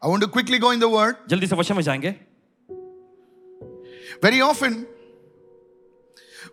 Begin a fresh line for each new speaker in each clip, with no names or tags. I want to quickly go in the word.
जल्दी से वचन में जाएंगे
Very often,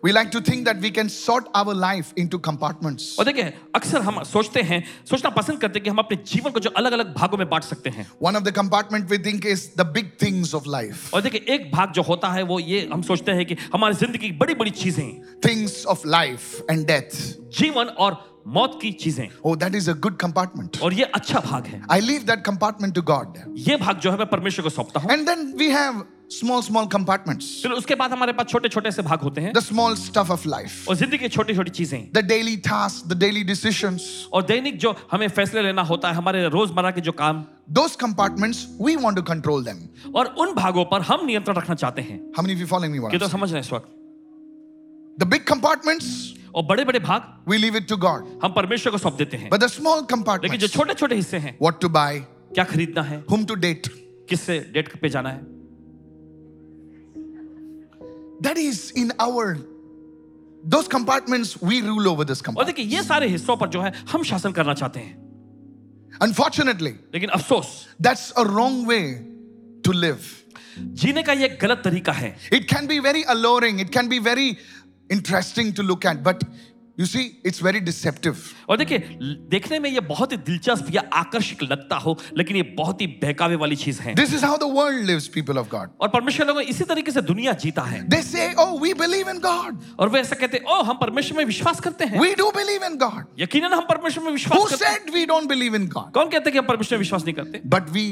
we like to think that we can sort our life into compartments.
और देखें अक्सर हम सोचते हैं सोचना पसंद करते हैं कि हम अपने जीवन को जो अलग अलग भागों में बांट सकते हैं
One of the compartment we think is the big things of life,
और देखिए एक भाग जो होता है वो ये हम सोचते हैं कि हमारी जिंदगी की बड़ी बड़ी चीजें
things of life and death.
जीवन और मौत की चीजें
Oh, that is a good compartment.
और ये अच्छा भाग है
I leave that compartment to God.
ये भाग जो है मैं परमेश्वर को सौंपता हूँ
And then we have small, small compartments
फिर उसके बाद हमारे पास छोटे छोटे से भाग होते हैं
the small stuff of life,
और जिंदगी की छोटी छोटी चीजें
the daily tasks, the daily decisions.
और दैनिक जो हमें फैसले लेना होता है हमारे रोजमर्रा के जो काम
Those compartments, we want to control them.
और उन भागों पर हम नियंत्रण रखना चाहते हैं
How many of you following me? What
कि
I'm
तो
saying?
समझ रहे हैं इस वक्त
The big compartments,
और बड़े बड़े भाग
we leave it to God.
हम परमेश्वर को सौंप देते हैं
But the small
लेकिन जो
compartments,
छोटे छोटे हिस्से हैं
what to buy,
क्या खरीदना है
whom to date,
किससे डेट पे जाना है
that is in our. Those compartments, we rule over this
और
compartment.
देखिए ये सारे हिस्सों पर जो है हम शासन करना चाहते हैं
Unfortunately,
लेकिन अफसोस
that's a wrong way to live.
जीने का ये एक गलत तरीका है
It can be very alluring, it can be very interesting to look at, but you see, it's very deceptive.
और देखिए ल- देखने में ये बहुत ही दिलचस्प या आकर्षक लगता हो लेकिन ये बहुत ही बहकावे वाली चीज है
This is how the world lives, people of God.
और परमेश्वर लोगों इसी तरीके से दुनिया जीता है
They say, Oh, we believe in God.
और वे ऐसा कहते हैं ओ हम परमेश्वर में विश्वास करते हैं
We do believe in God.
यकीनन हम परमेश्वर में
Who
विश्वास करते हैं
said we don't believe in God?
कौन कहते हैं कि हम परमेश्वर में विश्वास नहीं करते
But we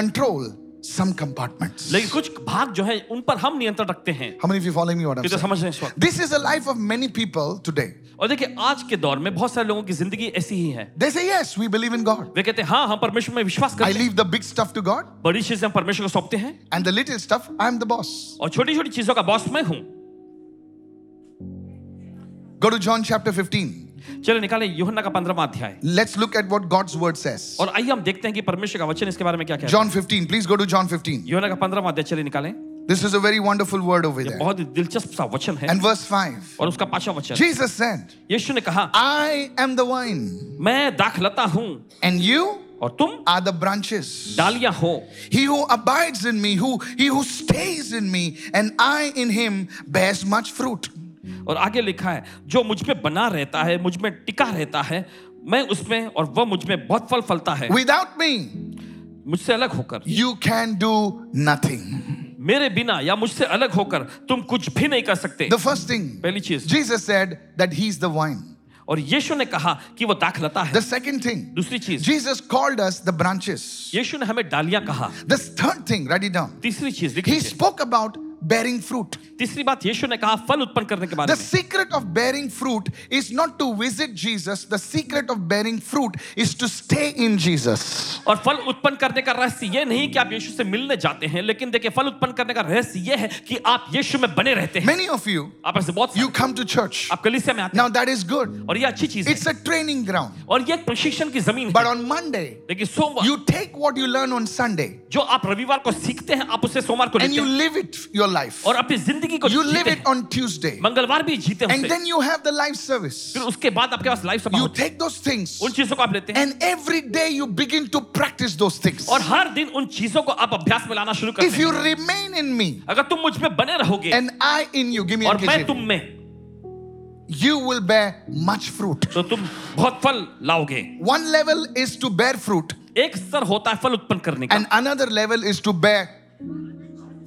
control some compartments.
लेकिन कुछ भाग जो है उन पर हम नियंत्रण रखते हैं
How many of you following me what I'm
ये तो
saying?
समझ रहे हैं इस वक्त
This is the life of many people today.
और देखिए आज के दौर में बहुत सारे लोगों की जिंदगी ऐसी ही है
They say, Yes, we believe in God.
वे कहते हैं हाँ हम परमेश्वर में विश्वास
I
करते हैं
leave the big stuff to God,
बड़ी चीजें हम परमेश्वर को सौंपते हैं
and the little stuff, I'm the boss.
और छोटी छोटी चीजों का बॉस मैं हूँ
Go to John chapter 15.
चलो निकालें यूहन्ना का पंद्रहवा अध्याय
Let's look at what God's word says.
और आइए हम देखते हैं कि परमेश्वर का वचन इसके बारे में क्या कहता है
John 15, please go to John 15.
यूहन्ना का पंद्रहवा अध्याय चलिए निकालें
This is a very wonderful word over
ये
there.
बहुत ही दिलचस्प सा वचन है
And verse 5.
और उसका पांचवा वचन
Jesus said,
यीशु ने कहा
I am the vine,
मैं दाखलता हूँ
and you
और तुम
are the branches.
डालियां हो
He who abides in me, who he who stays in me, and I in him bears much fruit.
और आगे लिखा है जो मुझ में बना रहता है मुझ में टिका रहता है मैं उसमें और वह मुझ में बहुत फल फलता है
Without me,
मुझसे अलग होकर
you can do nothing.
मेरे बिना या मुझसे अलग होकर तुम कुछ भी नहीं कर सकते
The first thing
पहली चीज
Jesus said that he's the vine.
और यीशु ने कहा कि वो दाखलता है
The second thing,
दूसरी चीज
Jesus called us the branches.
यीशु ने हमें डालियां कहा
The third thing, write it down.
तीसरी चीज लिख
He
लीजिए।
spoke about bearing fruit.
तीसरी बात यीशु ने कहा फल उत्पन्न करने के बारे
The
में
secret of bearing fruit is not to visit Jesus. The secret of bearing fruit is to stay in Jesus.
और फल उत्पन्न करने का रहस्य ये नहीं कि आप यीशु से मिलने जाते हैं लेकिन देखिए फल उत्पन्न करने का रहस्य ये है कि आप यीशु में बने रहते हैं
Many of you,
आप ऐसे बहुत
you come to church.
आप कलीसिया में आते
Now that is good.
हैं और ये अच्छी चीज है
It's a training ground.
और ये एक प्रशिक्षण की जमीन है
But on Monday,
लेकिन सोमवार
you take what you learn on Sunday
जो आप रविवार को सीखते हैं आप उसे सोमवार को
and
लेते
you
हैं
live it your life.
और अपनी जिंदगी को
You
जीते
live it
हैं।
on Tuesday.
मंगलवार भी जीते हैं
And
उसे।
then you have the life service.
फिर उसके बाद आपके पास लाइफ सभा
You
होती है।
take those things
उन चीजों को आप लेते हैं
and every day you begin to practice those things.
और हर दिन उन चीजों को आप अभ्यास में लाना शुरू करते
If you
हैं
remain in me
अगर तुम मुझ में बने रहोगे
and I in you, give me a
और मैं
kiss.
तुम में
You will bear much fruit.
तो तुम बहुत फल लाओगे
One level is to bear fruit,
एक स्तर होता है फल उत्पन्न करने का
and another level is to bear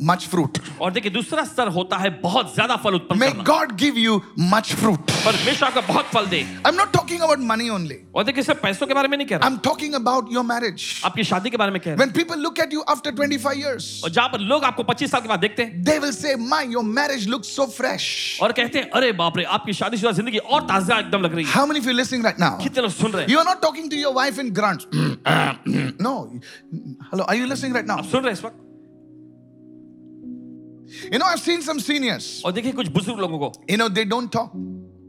much fruit.
और देखिए दूसरा स्तर होता है बहुत ज्यादा फल उत्पन्न
May
करना
God give you much fruit.
परमेश्वर आपको बहुत फल दे
I'm not talking about money only.
और देखिए सिर्फ पैसों के बारे में नहीं कह रहा
I'm talking about your marriage.
आपकी शादी के बारे में कह रहा
When people look at you after 25 years,
और जहां पर लोग आपको 25 साल के बाद देखते हैं
they will say, My, your marriage looks so fresh.
और कहते हैं अरे बाप रे आपकी शादीशुदा जिंदगी और ताजा एकदम लग रही है
How many of you listening right now?
कितने लोग सुन रहे हैं
You are not talking to your wife in grunts. no. Hello, are you listening right now?
आप सुन रहे हैं इस वक्त
You know, I've seen some seniors,
और देखिए कुछ बुजुर्ग लोगों को
you know, they don't talk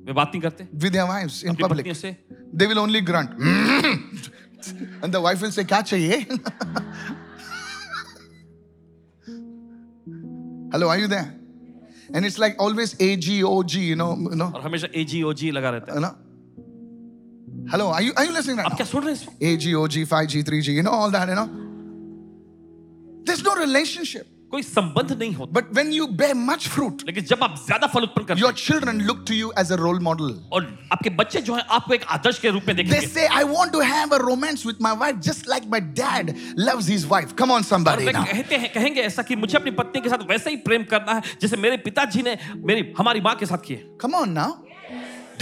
वे बात नहीं करते
with their wives in
अपनी पत्नियों
public.
से
They will only grunt. Mm. and the wife will say, Kya chahiye? Hello, are you there? And it's like always A G O G, you know, you know.
और हमेशा ए जी ओ जी लगा रहता है
You know? Hello, are you are you listening right
आप
now?
क्या सुन रहे हैं इस वक्त?
A G O G 5G 3G, you know all that, you know. There's no relationship.
कोई संबंध नहीं होता
But when you bear much fruit,
लेकिन जब आप ज्यादा फल उत्पन्न करते
your
हैं
children look to you as a role model.
और आपके बच्चे जो हैं आपको एक आदर्श के रूप में
They
देखेंगे
say, I want to have a romance with my wife just like my dad loves his wife. Come on,
और
somebody
वे
now.
कहते हैं कहेंगे ऐसा कि मुझे अपनी पत्नी के साथ वैसे ही प्रेम करना है जैसे मेरे पिताजी ने मेरी हमारी माँ के साथ किए
Come on now.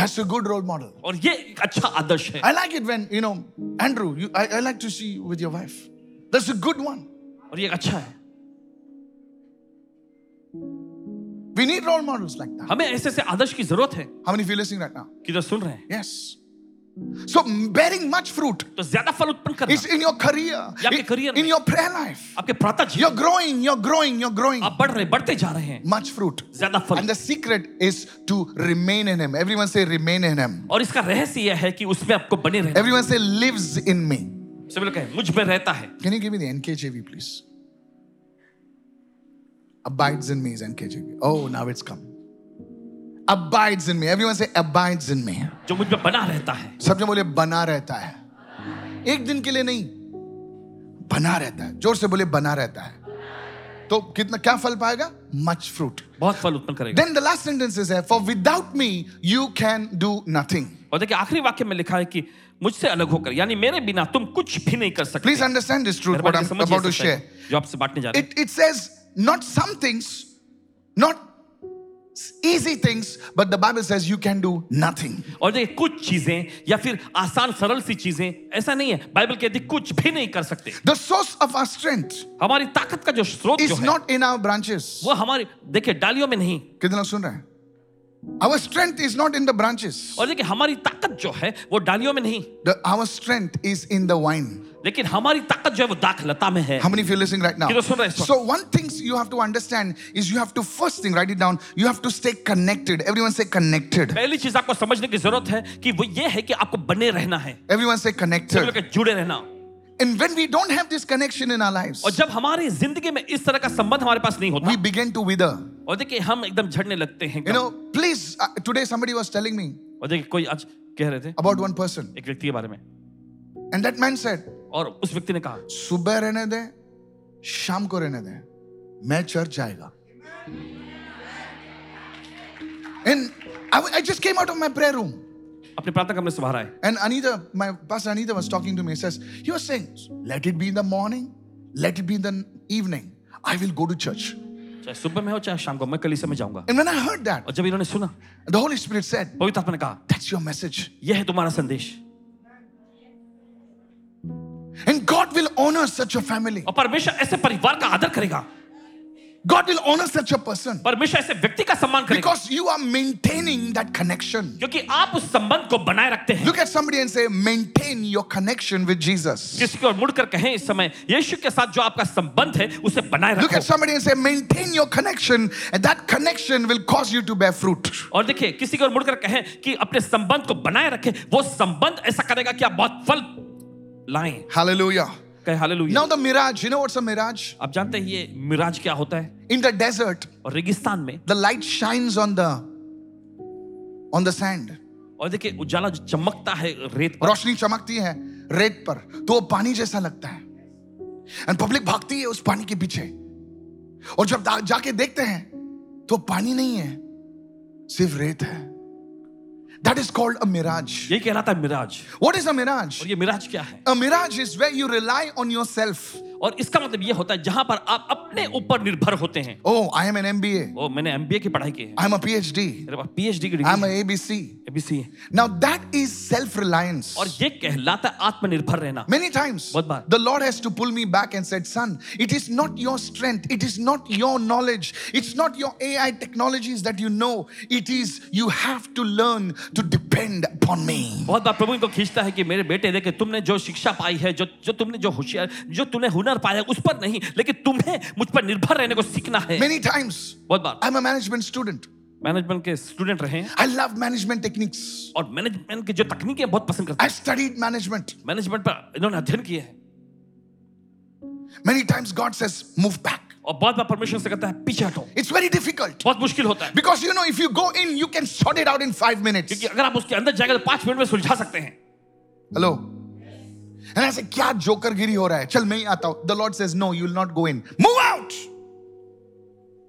That's a good role model.
और ये एक अच्छा आदर्श है
I like it when, you know, Andrew, you, I, I like to see you with your wife. That's a good one.
और ये एक अच्छा है
We need role models like that.
हमें ऐसे ऐसे आदर्श की जरूरत है
How many of you listening right now?
कि जो सुन रहे हैं
Yes. So bearing much fruit
तो ज्यादा फल उत्पन्न
is
करना
in your career,
Yeah,
in,
आपके career
in
में।
your prayer life.
आपके प्रातः जीवन
You're growing, you're growing, you're growing.
आप बढ़ रहे बढ़ते जा रहे हैं
Much fruit.
ज्यादा फल
And the secret is to remain in Him. Everyone say, remain in Him.
और इसका रहस्य यह है कि उसमें आपको बने रहना
Everyone say, lives in me.
सभी लोग कहें मुझ में रहता है
Can you give me the NKJV, please? Abides in me is NKJV. Oh, now it's come. Abides in me. Everyone say abides in me.
जो मुझ में बना रहता है
सब जन बोले बना रहता है एक दिन के लिए नहीं बना रहता है जोर से बोले बना रहता है तो कितना क्या फल पाएगा मच फ्रूट
बहुत फल उत्पन्न करेगा
देन द लास्ट सेंटेंसेस है for without me you can do nothing
और देखिए आखिरी वाक्य में लिखा है कि मुझसे अलग होकर यानी मेरे बिना तुम कुछ भी नहीं कर सकते
please understand this truth what
मेहरबानी
I am about to share
से समझिए इस सच्चाई को जो आपसे बांटने जा रहे हैं
it, it says not some things, not s- easy things, but the Bible says you can do nothing.
और देखिए कुछ चीजें या फिर आसान सरल सी चीजें ऐसा नहीं है बाइबल कहती है, कुछ भी नहीं कर सकते
The source of our strength
हमारी ताकत का जो स्रोत जो
is
है
not in our branches.
वो हमारी देखिए डालियों में नहीं
कितने लोग सुन रहे हैं? Our strength is not in the branches.
और देखिए हमारी ताकत जो है वो डालियों में नहीं
The- our strength is in the wine.
लेकिन हमारी ताकत जो है वो दाखलता में है
How many of you are listening right now?
कितने सुन रहे हैं इस वक्त?
So one thing you have to understand is you have to first thing write it down. You have to stay connected. Everyone say connected.
पहली चीज आपको समझने की जरूरत है कि वो ये है कि आपको बने रहना है
Everyone say
सभी
connected.
लोग जुड़े रहना
And when we don't have this connection in our lives,
और जब हमारी जिंदगी में इस तरह का संबंध हमारे पास नहीं होता
we begin to wither.
और देखिए हम एकदम झड़ने लगते हैं
You know, please, uh, today somebody was telling me
और देखिए कोई आज कह रहे थे
about one person.
एक व्यक्ति के बारे में
And that man said,
और उस व्यक्ति ने कहा
सुबह रहने दे शाम को रहने दे मैं चर्च जाएगा And I, I just came out of my prayer room.
अपने प्रार्थना कमरे से बाहर आए
And Anita, my pastor Anita was talking to me. He says, he was saying, let it be in the morning, let it be in the evening. I will go to church.
चाहे सुबह में हो चाहे शाम को मैं कलीसिया में जाऊंगा
And when I heard that,
और जब इन्होंने सुना
the Holy Spirit said,
पवित्र आत्मा ने कहा
that's your message.
यह है तुम्हारा संदेश
And God will honor such a family.
और परमेश्वर ऐसे परिवार का आदर करेगा
God will honor such a person.
परमेश्वर ऐसे व्यक्ति का सम्मान करेगा
Because you are maintaining that connection.
क्योंकि आप उस संबंध को बनाए रखते हैं
Look at somebody and say, maintain your connection with Jesus.
किसी की ओर मुड़कर कहें इस समय यीशु के साथ जो आपका संबंध है उसे बनाए
Look at
रखो
somebody and say, maintain your connection, and that connection will cause you to bear fruit.
और देखिए किसी की ओर मुड़कर कहें कि अपने संबंध को बनाए रखें वो संबंध ऐसा करेगा कि आप बहुत फल लाएं
Hallelujah.
कहे hallelujah
Now, the mirage, you know what's a mirage?
आप जानते हैं ये मिराज क्या होता है
In the desert,
और रेगिस्तान में
the light shines on the on the sand.
और देखिए उजाला जो चमकता है रेत पर
रोशनी चमकती है रेत पर तो वो पानी जैसा लगता है एंड पब्लिक भागती है उस पानी के पीछे और जब दा- जाके देखते हैं तो पानी नहीं है सिर्फ रेत है that is called a mirage
ये कहलाता है mirage
what is a mirage
और ये मिराज क्या है
a mirage is where you rely on yourself
और इसका मतलब ये होता है जहां पर आप अपने ऊपर निर्भर होते हैं
oh I am an MBA
वो मैंने एमबीए की पढ़ाई की है
आई एम अ पीएचडी
मेरे पास पीएचडी की
I am
degree
a ABC
ABC
now that is self reliance
और ये कहलाता है आत्मनिर्भर रहना
Many times,
बहुत बार।
the Lord has to pull me back and said, "Son, it is not your strength, it is not your knowledge, it's not your AI technologies that you know. It is you have to learn to depend upon me."
बहुत बार प्रभु इनको खींचता है कि मेरे बेटे देखे तुमने जो शिक्षा पाई है जो जो तुमने जो होशियार जो तुमने हुनर पाया है, उस पर नहीं लेकिन तुम्हें मुझ पर निर्भर रहने को सीखना है
Many times,
बहुत बार
I'm a management student.
Management के स्टूडेंट रहे हैं
I love management techniques.
और मैनेजमेंट की जो तकनीकें बहुत पसंद करते
I studied management.
हैं मैनेजमेंट पर इन्होंने अध्ययन किया है
Many times, God says, "Move back."
और बहुत बार परमेश्वर से कहता है पीछे हटो
It's very difficult
बहुत मुश्किल होता है
because you know if you go in, you can sort it out in five minutes.
क्योंकि अगर आप उसके अंदर जाएंगे तो पांच मिनट में सुलझा सकते हैं
Hello. And I said, क्या जोकर गिरी हो रहा है चल मैं ही आता हूं the Lord says no you will not go in move out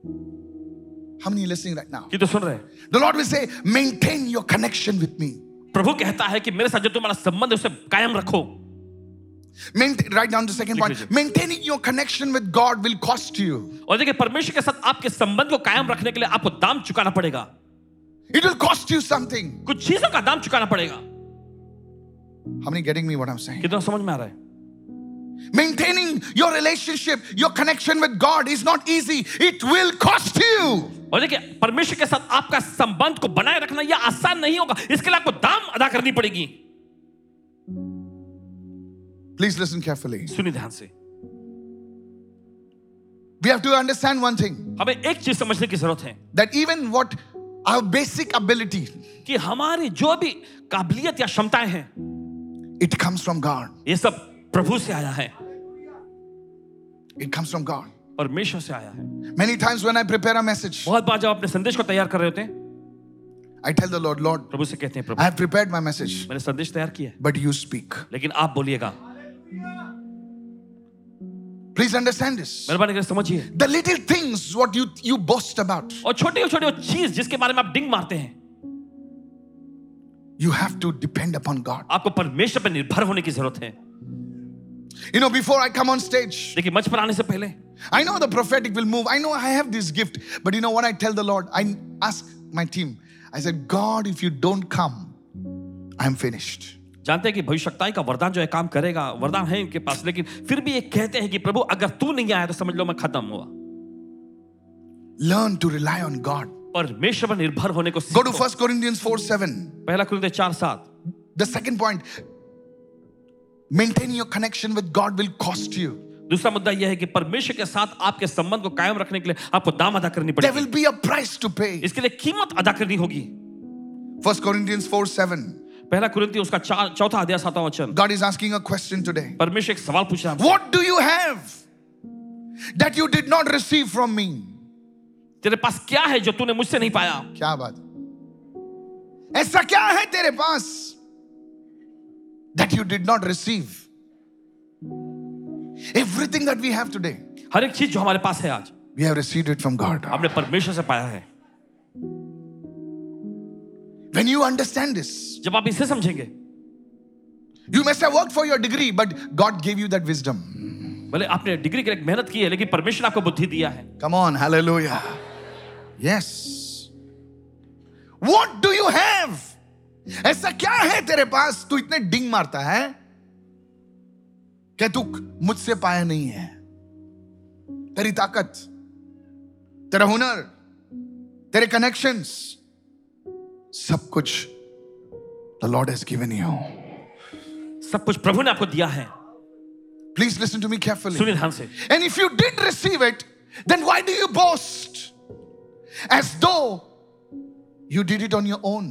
हम नहीं लिसनिंग राइट नाउ
कि तो सुन रहे हैं
the Lord will say maintain your connection with me
प्रभु कहता है कि मेरे साथ जो तुम्हारा संबंध है उसे कायम रखो
राइट डाउन द सेकंड
लिख
पॉइंट
लीजिए।
Maintaining your connection with God will cost you
और देखिए परमेश्वर के साथ आपके संबंध को कायम रखने के लिए आपको दाम चुकाना पड़ेगा
it will cost you something
कुछ चीजों का दाम चुकाना पड़ेगा
How many getting me what I'm saying?
कितना समझ में आ रहा है
Maintaining your relationship, your connection with God is not easy. It will cost you.
और देखिए परमेश्वर के साथ आपका संबंध को बनाए रखना यह आसान नहीं होगा इसके लिए आपको दाम अदा करनी पड़ेगी
Please listen carefully.
सुनिए ध्यान से
We have to understand one thing
हमें एक चीज समझने की जरूरत है
that even what our basic ability,
कि हमारी जो भी काबिलियत या क्षमताएं हैं
it comes from God.
ये सब प्रभु से आया है
It comes from God.
परमेश्वर से आया है
Many times when I prepare a message,
बहुत बार जब अपने संदेश को तैयार कर रहे होते हैं
I tell the Lord, Lord,
प्रभु से कहते हैं
I
Prabhu
have prepared my message,
मैंने संदेश तैयार किया है
but you speak.
लेकिन आप बोलिएगा
Please understand this.
मेहरबानी करके समझिए
The little things what you, you boast about,
और छोटी छोटी वो चीज जिसके बारे में आप डिंग मारते हैं
you have to depend upon God.
आपको परमेश्वर पर निर्भर होने की जरूरत है
You know, before I come on stage,
देखिए मंच पर आने से पहले
I know the prophetic will move. I know I have this gift. But you know what I tell the Lord? I ask my team. I said, God, if you don't come, I'm finished.
जानते हैं कि भविष्यताई का वरदान जो है काम करेगा वरदान है इनके पास लेकिन फिर भी ये कहते हैं कि प्रभु अगर तू नहीं आया तो समझ लो मैं खत्म हुआ
Learn to rely on God.
परमेश्वर पर निर्भर होने को
Go to
सीखो।
1 Corinthians 4 7.
पहला कुरिन्थियों चार सात
The second point maintaining your connection with God will cost you.
दूसरा मुद्दा यह है कि परमेश्वर के साथ आपके संबंध को कायम रखने के लिए आपको दाम अदा करनी
There will
पड़ेगी
be a price to pay.
इसके लिए कीमत अदा करनी होगी
1 Corinthians 4 7.
पहला कुरिन्थियों उसका चार- चौथा अध्याय सातवां वचन
God is asking a question today.
परमेश्वर एक सवाल पूछ रहा है
What do you have that you did not receive from me?
तेरे पास क्या है जो तूने मुझसे नहीं पाया
क्या बात है? ऐसा क्या है तेरे पास that you did not receive everything that we have today
हर एक चीज जो हमारे पास है आज
we have received it from God
हमने परमेश्वर से पाया है
व्हेन यू अंडरस्टैंड दिस
जब आप इसे समझेंगे
you must have worked for your degree but god gave you that wisdom
भले आपने डिग्री के लिए मेहनत की है लेकिन परमेश्वर ने आपको बुद्धि दिया है
come on hallelujah yes what do you have ऐसा क्या है तेरे पास तू इतने डिंग मारता है कि तू मुझसे पाया नहीं है तेरी ताकत तेरा हुनर तेरे कनेक्शंस सब कुछ the Lord has given you
सब कुछ प्रभु ने आपको दिया है
please listen to me carefully
सुनिए ध्यान से
And if you did receive it, then why do you boast? As though you did it on your own.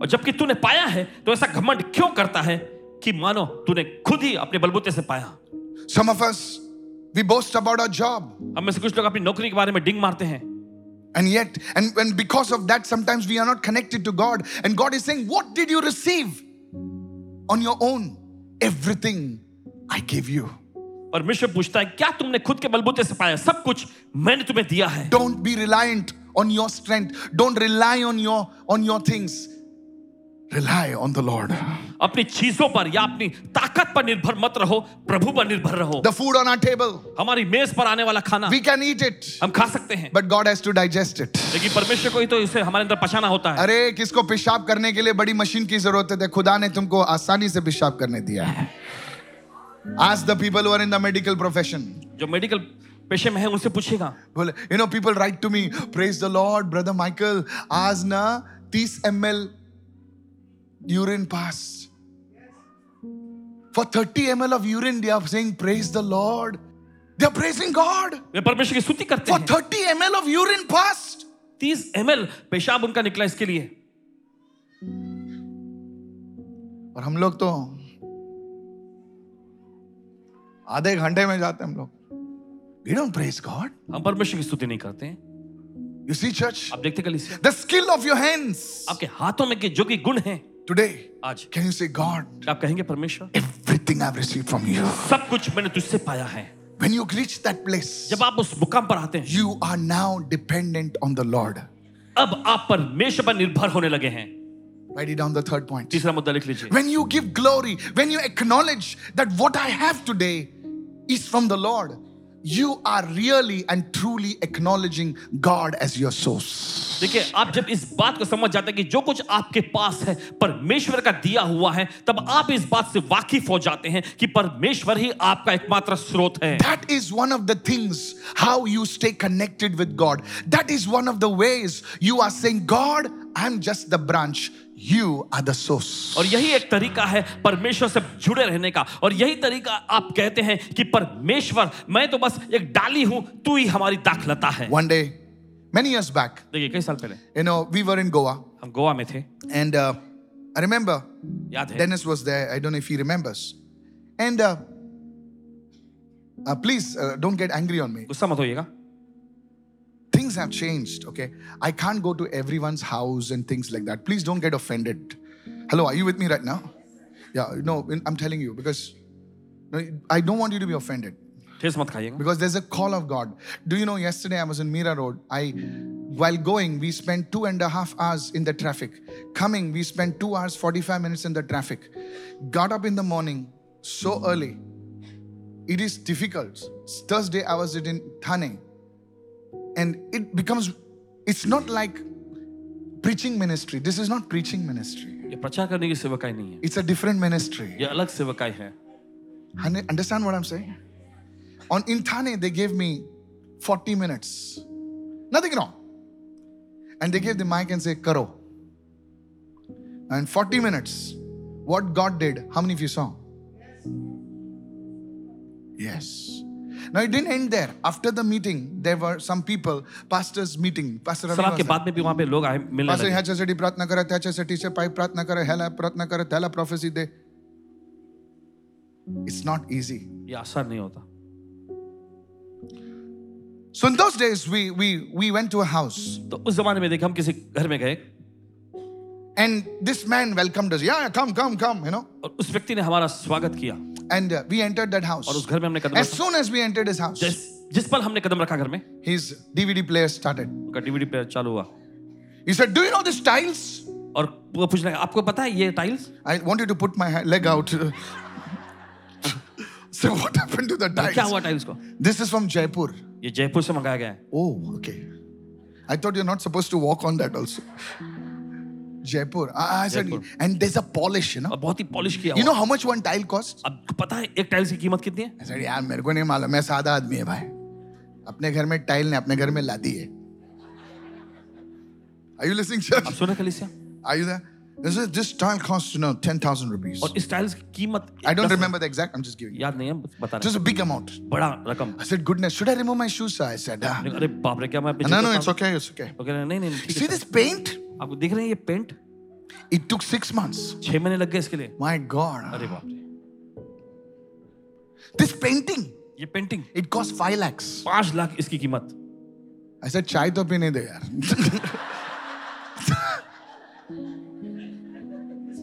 और जबकि तूने पाया है तो ऐसा घमंड क्यों करता है कि मानो तूने खुद ही अपने बलबूते से पाया
Some of us, we boast about our job,
हम में से कुछ लोग अपनी नौकरी के बारे में डिंग मारते हैं
and yet, and, and because of that, sometimes we are not connected to God. And God is saying, What did you receive on your own? Everything I gave you.
परमेश्वर पूछता है क्या तुमने खुद के बलबूते से पाया सब कुछ मैंने तुम्हें दिया है
Don't be reliant on your strength. Don't rely on your on your things. Rely on the Lord.
अपनी चीजों पर या अपनी ताकत पर निर्भर मत रहो प्रभु पर निर्भर रहो
The food on our table,
हमारी मेज पर आने वाला खाना
we can eat it.
हम खा सकते हैं
but God has to digest it.
लेकिन परमेश्वर को ही तो इसे हमारे अंदर पछाना होता है
अरे किसको पेशाब करने के लिए बड़ी मशीन की जरूरत है खुदा ने तुमको आसानी से पेशाब करने दिया है Ask the people who are in the medical profession.
जो मेडिकल पेशे में है उनसे पूछेगा
बोले, You know, people write to me, praise the Lord, brother Michael. आज ना 30 ml urine passed. For 30 ml of urine, they are saying, praise the Lord. They are praising God.
वे परमेश्वर की स्तुति करते
For
हैं
30 ml of urine passed.
तीस M पेशाब उनका निकला इसके लिए
और हम लोग तो आधे घंटे में जाते हैं हम लोग वी डोंट प्रेज गॉड
हम परमेश्वर की स्तुति नहीं करते हैं
यू सी चर्च
आप देखते कल इसे
the skill of your hands
आपके हाथों में के जो कि गुण हैं
Today,
आज
can you say, God,
आप कहेंगे परमेश्वर
everything I've received from you?
सब कुछ मैंने तुझसे पाया है
When you reach that place,
जब आप उस मुकाम पर आते हैं
you are now dependent on the Lord.
अब आप परमेश्वर पर निर्भर होने लगे हैं
Write it down the third point.
तीसरा मुद्दा लिख लीजिए
When you give glory, when you acknowledge that what I have today is from the Lord, you are really and truly acknowledging God as your source.
देखिए आप जब इस बात को समझ जाते हैं कि जो कुछ आपके पास है परमेश्वर का दिया हुआ है तब आप इस बात से वाकिफ हो जाते हैं कि परमेश्वर ही आपका एकमात्र स्रोत है
That is one of the things how you stay connected with God. That is one of the ways you are saying, God, I'm just the branch, you are the source.
और यही एक तरीका है परमेश्वर से जुड़े रहने का और यही तरीका आप कहते हैं कि परमेश्वर मैं तो बस एक डाली हूं तू ही हमारी दाखलता है
One day, many years back,
देखिए कई साल पहले
you know, we were in Goa
हम गोवा में थे
and uh, I remember
याद है
Dennis was there. I don't know if he remembers. And uh, uh, please uh, don't get angry on me.
गुस्सा मत होइएगा
Things have changed, okay? I can't go to everyone's house and things like that. Please don't get offended. Hello, are you with me right now? Yeah, no, I'm telling you because no, I don't want you to be offended
ठेस मत खाइएगा
because there's a call of God. Do you know, yesterday I was in Mira Road. I, while going, we spent two and a half hours in the traffic. Coming, we spent two hours, 45 minutes in the traffic. Got up in the morning so early. It is difficult. Thursday, I was in Thane. And it becomes, it's not like preaching ministry. This is not preaching ministry,
ये प्रचार करने की सेवकाई नहीं है
it's a different ministry.
ये अलग सेवकाई है
Hun- Understand what I'm saying? On in Thane, they gave me 40 minutes. Nothing wrong. And they gave the mic and say, Karo. And 40 minutes. What God did, how many of you saw? Yes. Now it didn't end there. After the meeting, there were some people, pastors' meeting. Pastor Ravi
सलाह
was
के
there.
बाद में भी वहां पे लोग आए मिलने
पास्टर
लगे
ह्याच्यासाठी प्रार्थना करा त्याच्यासाठी से पाय प्रार्थना करा ह्याला प्रार्थना करा त्याला prophecy दे इट्स नॉट इजी
ये आसान नहीं होता
So in those days, we we we went to a house,
तो उस जमाने में देखे हम किसी घर में गए
and this man welcomed us. Yeah, yeah, come, come, come. You know,
और उस व्यक्ति ने हमारा स्वागत किया और
and uh, we entered that
उस
house.
घर में हमने कदम
As
रखा
soon as we entered his house,
जिस जिस पल हमने कदम रखा घर में
his DVD player started.
उनका डीवीडी प्लेयर चालू हुआ
He said, "Do you know these tiles?
और वो पूछने लगा आपको पता है ये tiles
I wanted to put my ha- leg out." so what happened to the
क्या
tiles?
हुआ टाइल्स को
This is from Jaipur.
ये जयपुर से मंगाया गया है
Oh, okay. I thought you're not supposed to walk on that also. Jaipur. Ah, I, I said,
Jaipur.
and there's a polish, you know.
और बहुत ही पॉलिश किया
You
हुआ
know how much one tile costs?
आपको पता है एक tiles की कीमत कितनी है
I said, यार मेरे को नहीं मालूम मैं सादा आदमी है भाई अपने घर में टाइल ने अपने घर में ला दी है Are you listening,
आप
church?
सुने कलिसिया
Are you there? This is this tile costs you know ten thousand rupees.
और इस टाइल्स की कीमत
I don't
दस-
remember the exact. I'm just giving. You.
याद नहीं है बता
Just
रहे
a big amount.
बड़ा रकम
I said, goodness, should I remove my shoes? sir?" I said, ah.
मैंने कहा, अरे बाप रे क्या मैं
no, no, it's okay, it's okay.
Okay नहीं नहीं ठीक
See
है
this paint?
सर। आपको दिख रहे हैं ये paint
It took six months.
छह महीने लग गए इसके लिए
My God,
अरे बाप रे
this painting
ये painting
it cost five lakhs.
पांच लाख इसकी कीमत
I said, चाय तो पीने दे यार.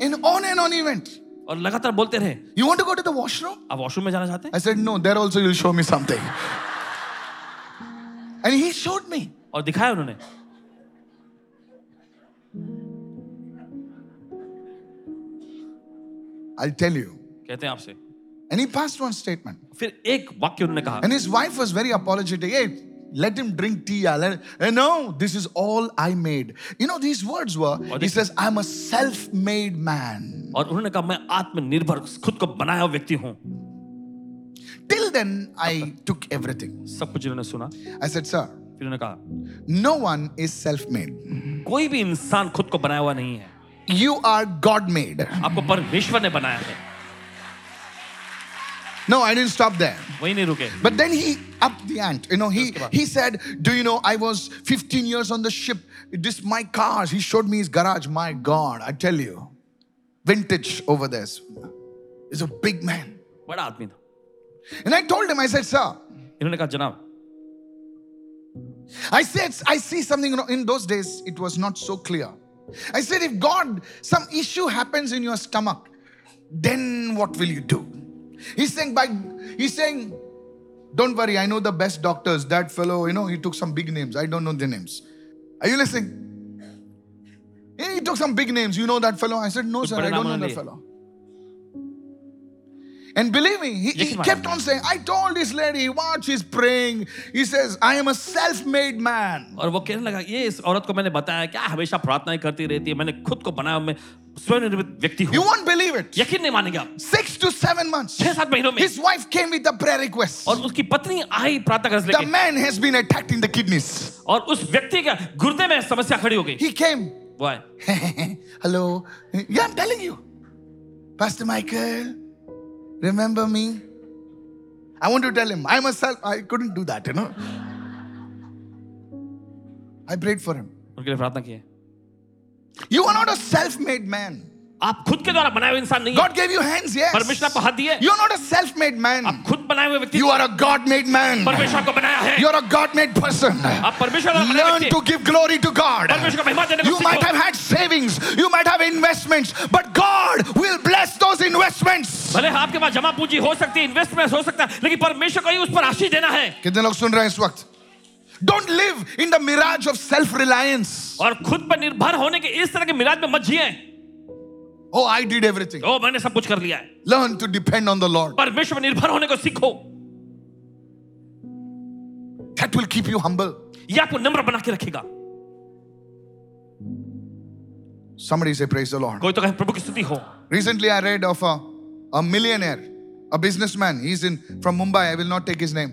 And on and on he went.
और लगातार बोलते रहे
You want to go to the washroom?
आप वॉशरूम में जाना चाहते हैं
I said, No, there also you'll show me something. and he showed me.
और दिखाया उन्होंने
I'll tell you.
कहते हैं आपसे
And he passed one statement.
फिर एक वाक्य उन्होंने कहा
And his wife was very apologetic. Hey, let him drink tea. I'll let- "Eh, no, this is all I made. You know, these words were, he
this-
says, I'm a self made man.
और उन्होंने कहा मैं आत्मनिर्भर खुद को बनाया हुआ व्यक्ति हूँ
Till then, I took everything.
सब कुछ इन्होंने सुना फिर
I said, Sir,
उन्होंने कहा
no one is self made.
कोई भी इंसान खुद को बनाया हुआ नहीं है
You are God made.
आपको परमेश्वर ने बनाया है
No, I didn't stop there.
वही नहीं रुके
But then he upped the ant. You know, he
उसके बाद-
he said, "Do you know I was 15 years on the ship? This my cars." He showed me his garage. My God, I tell you, vintage over there. He's a big man.
बड़ा आदमी था
And I told him, I said, "Sir,
इन्होंने कहा जनाब
I said I see something." You know, in those days, it was not so clear. I said, if God, some issue happens in your stomach, then what will you do? He's saying, by he's saying, don't worry, I know the best doctors. That fellow, you know, he took some big names. I don't know the names. Are you listening? Yeah, He took some big names. You know that fellow? I said, no,
तो
sir, I don't know
परिणाम
that
लिए।
fellow. And believe me, he, he
यकीन मानो।
kept on saying, I told this lady, what she's praying. He says, I am a self-made man.
और वो कहने लगा ये इस औरत को मैंने बताया क्या हमेशा प्रार्थनाएं करती रहती है मैंने खुद को बनाया मैं स्वनिर्मित व्यक्ति
You
हूँ
won't believe it.
यकीन नहीं मानेंगे आप
Six to seven months.
छह सात महीनों में
His wife came with a prayer request.
और उसकी पत्नी आई प्रार्थना कर
The
लेके
man has been attacked in the kidneys.
और उस व्यक्ति का गुर्दे में समस्या खड़ी हो गई
He came.
वो आए
Hello. Yeah, I'm telling you. Pastor Michael, remember me? I want to tell him. I myself, I couldn't do that, you know. I prayed for him.
उनके लिए प्रार्थना की
You are not a self made man.
आप खुद के द्वारा बनाए हुए इंसान नहीं है
God gave you hands, yes.
परमेश्वर आपको हाथ दिए
You are not a self made
आप
man.
खुद बनाए हुए व्यक्ति
You are a God made man.
परमेश्वर को बनाया है
You are a God made person.
आप परमेश्वर द्वारा बनाए
Learn
हुए
to
व्यक्ति
give glory to God.
परमेश्वर को महिमा देने को
You might
सीखो।
have had savings, you might have investments, but God will bless those investments.
भले आपके पास जमा पूंजी हो सकती है इन्वेस्टमेंट हो सकता है लेकिन परमेश्वर को ही उस पर आशीष देना है
कितने लोग सुन रहे हैं इस वक्त? Don't live in the mirage of self reliance.
और खुद पर निर्भर होने के इस तरह के मिलाद में मत जिए
Oh, I did everything.
ओ मैंने सब कुछ कर लिया है
Learn to depend on the Lord.
परमेश्वर पर निर्भर होने को सीखो
That will keep you humble.
ये आपको नम्र बना के रखेगा
Somebody say, Praise the Lord.
कोई तो कहे प्रभु की स्तुति हो
Recently, I read of a, a millionaire, a businessman. He's in from Mumbai. I will not take his name.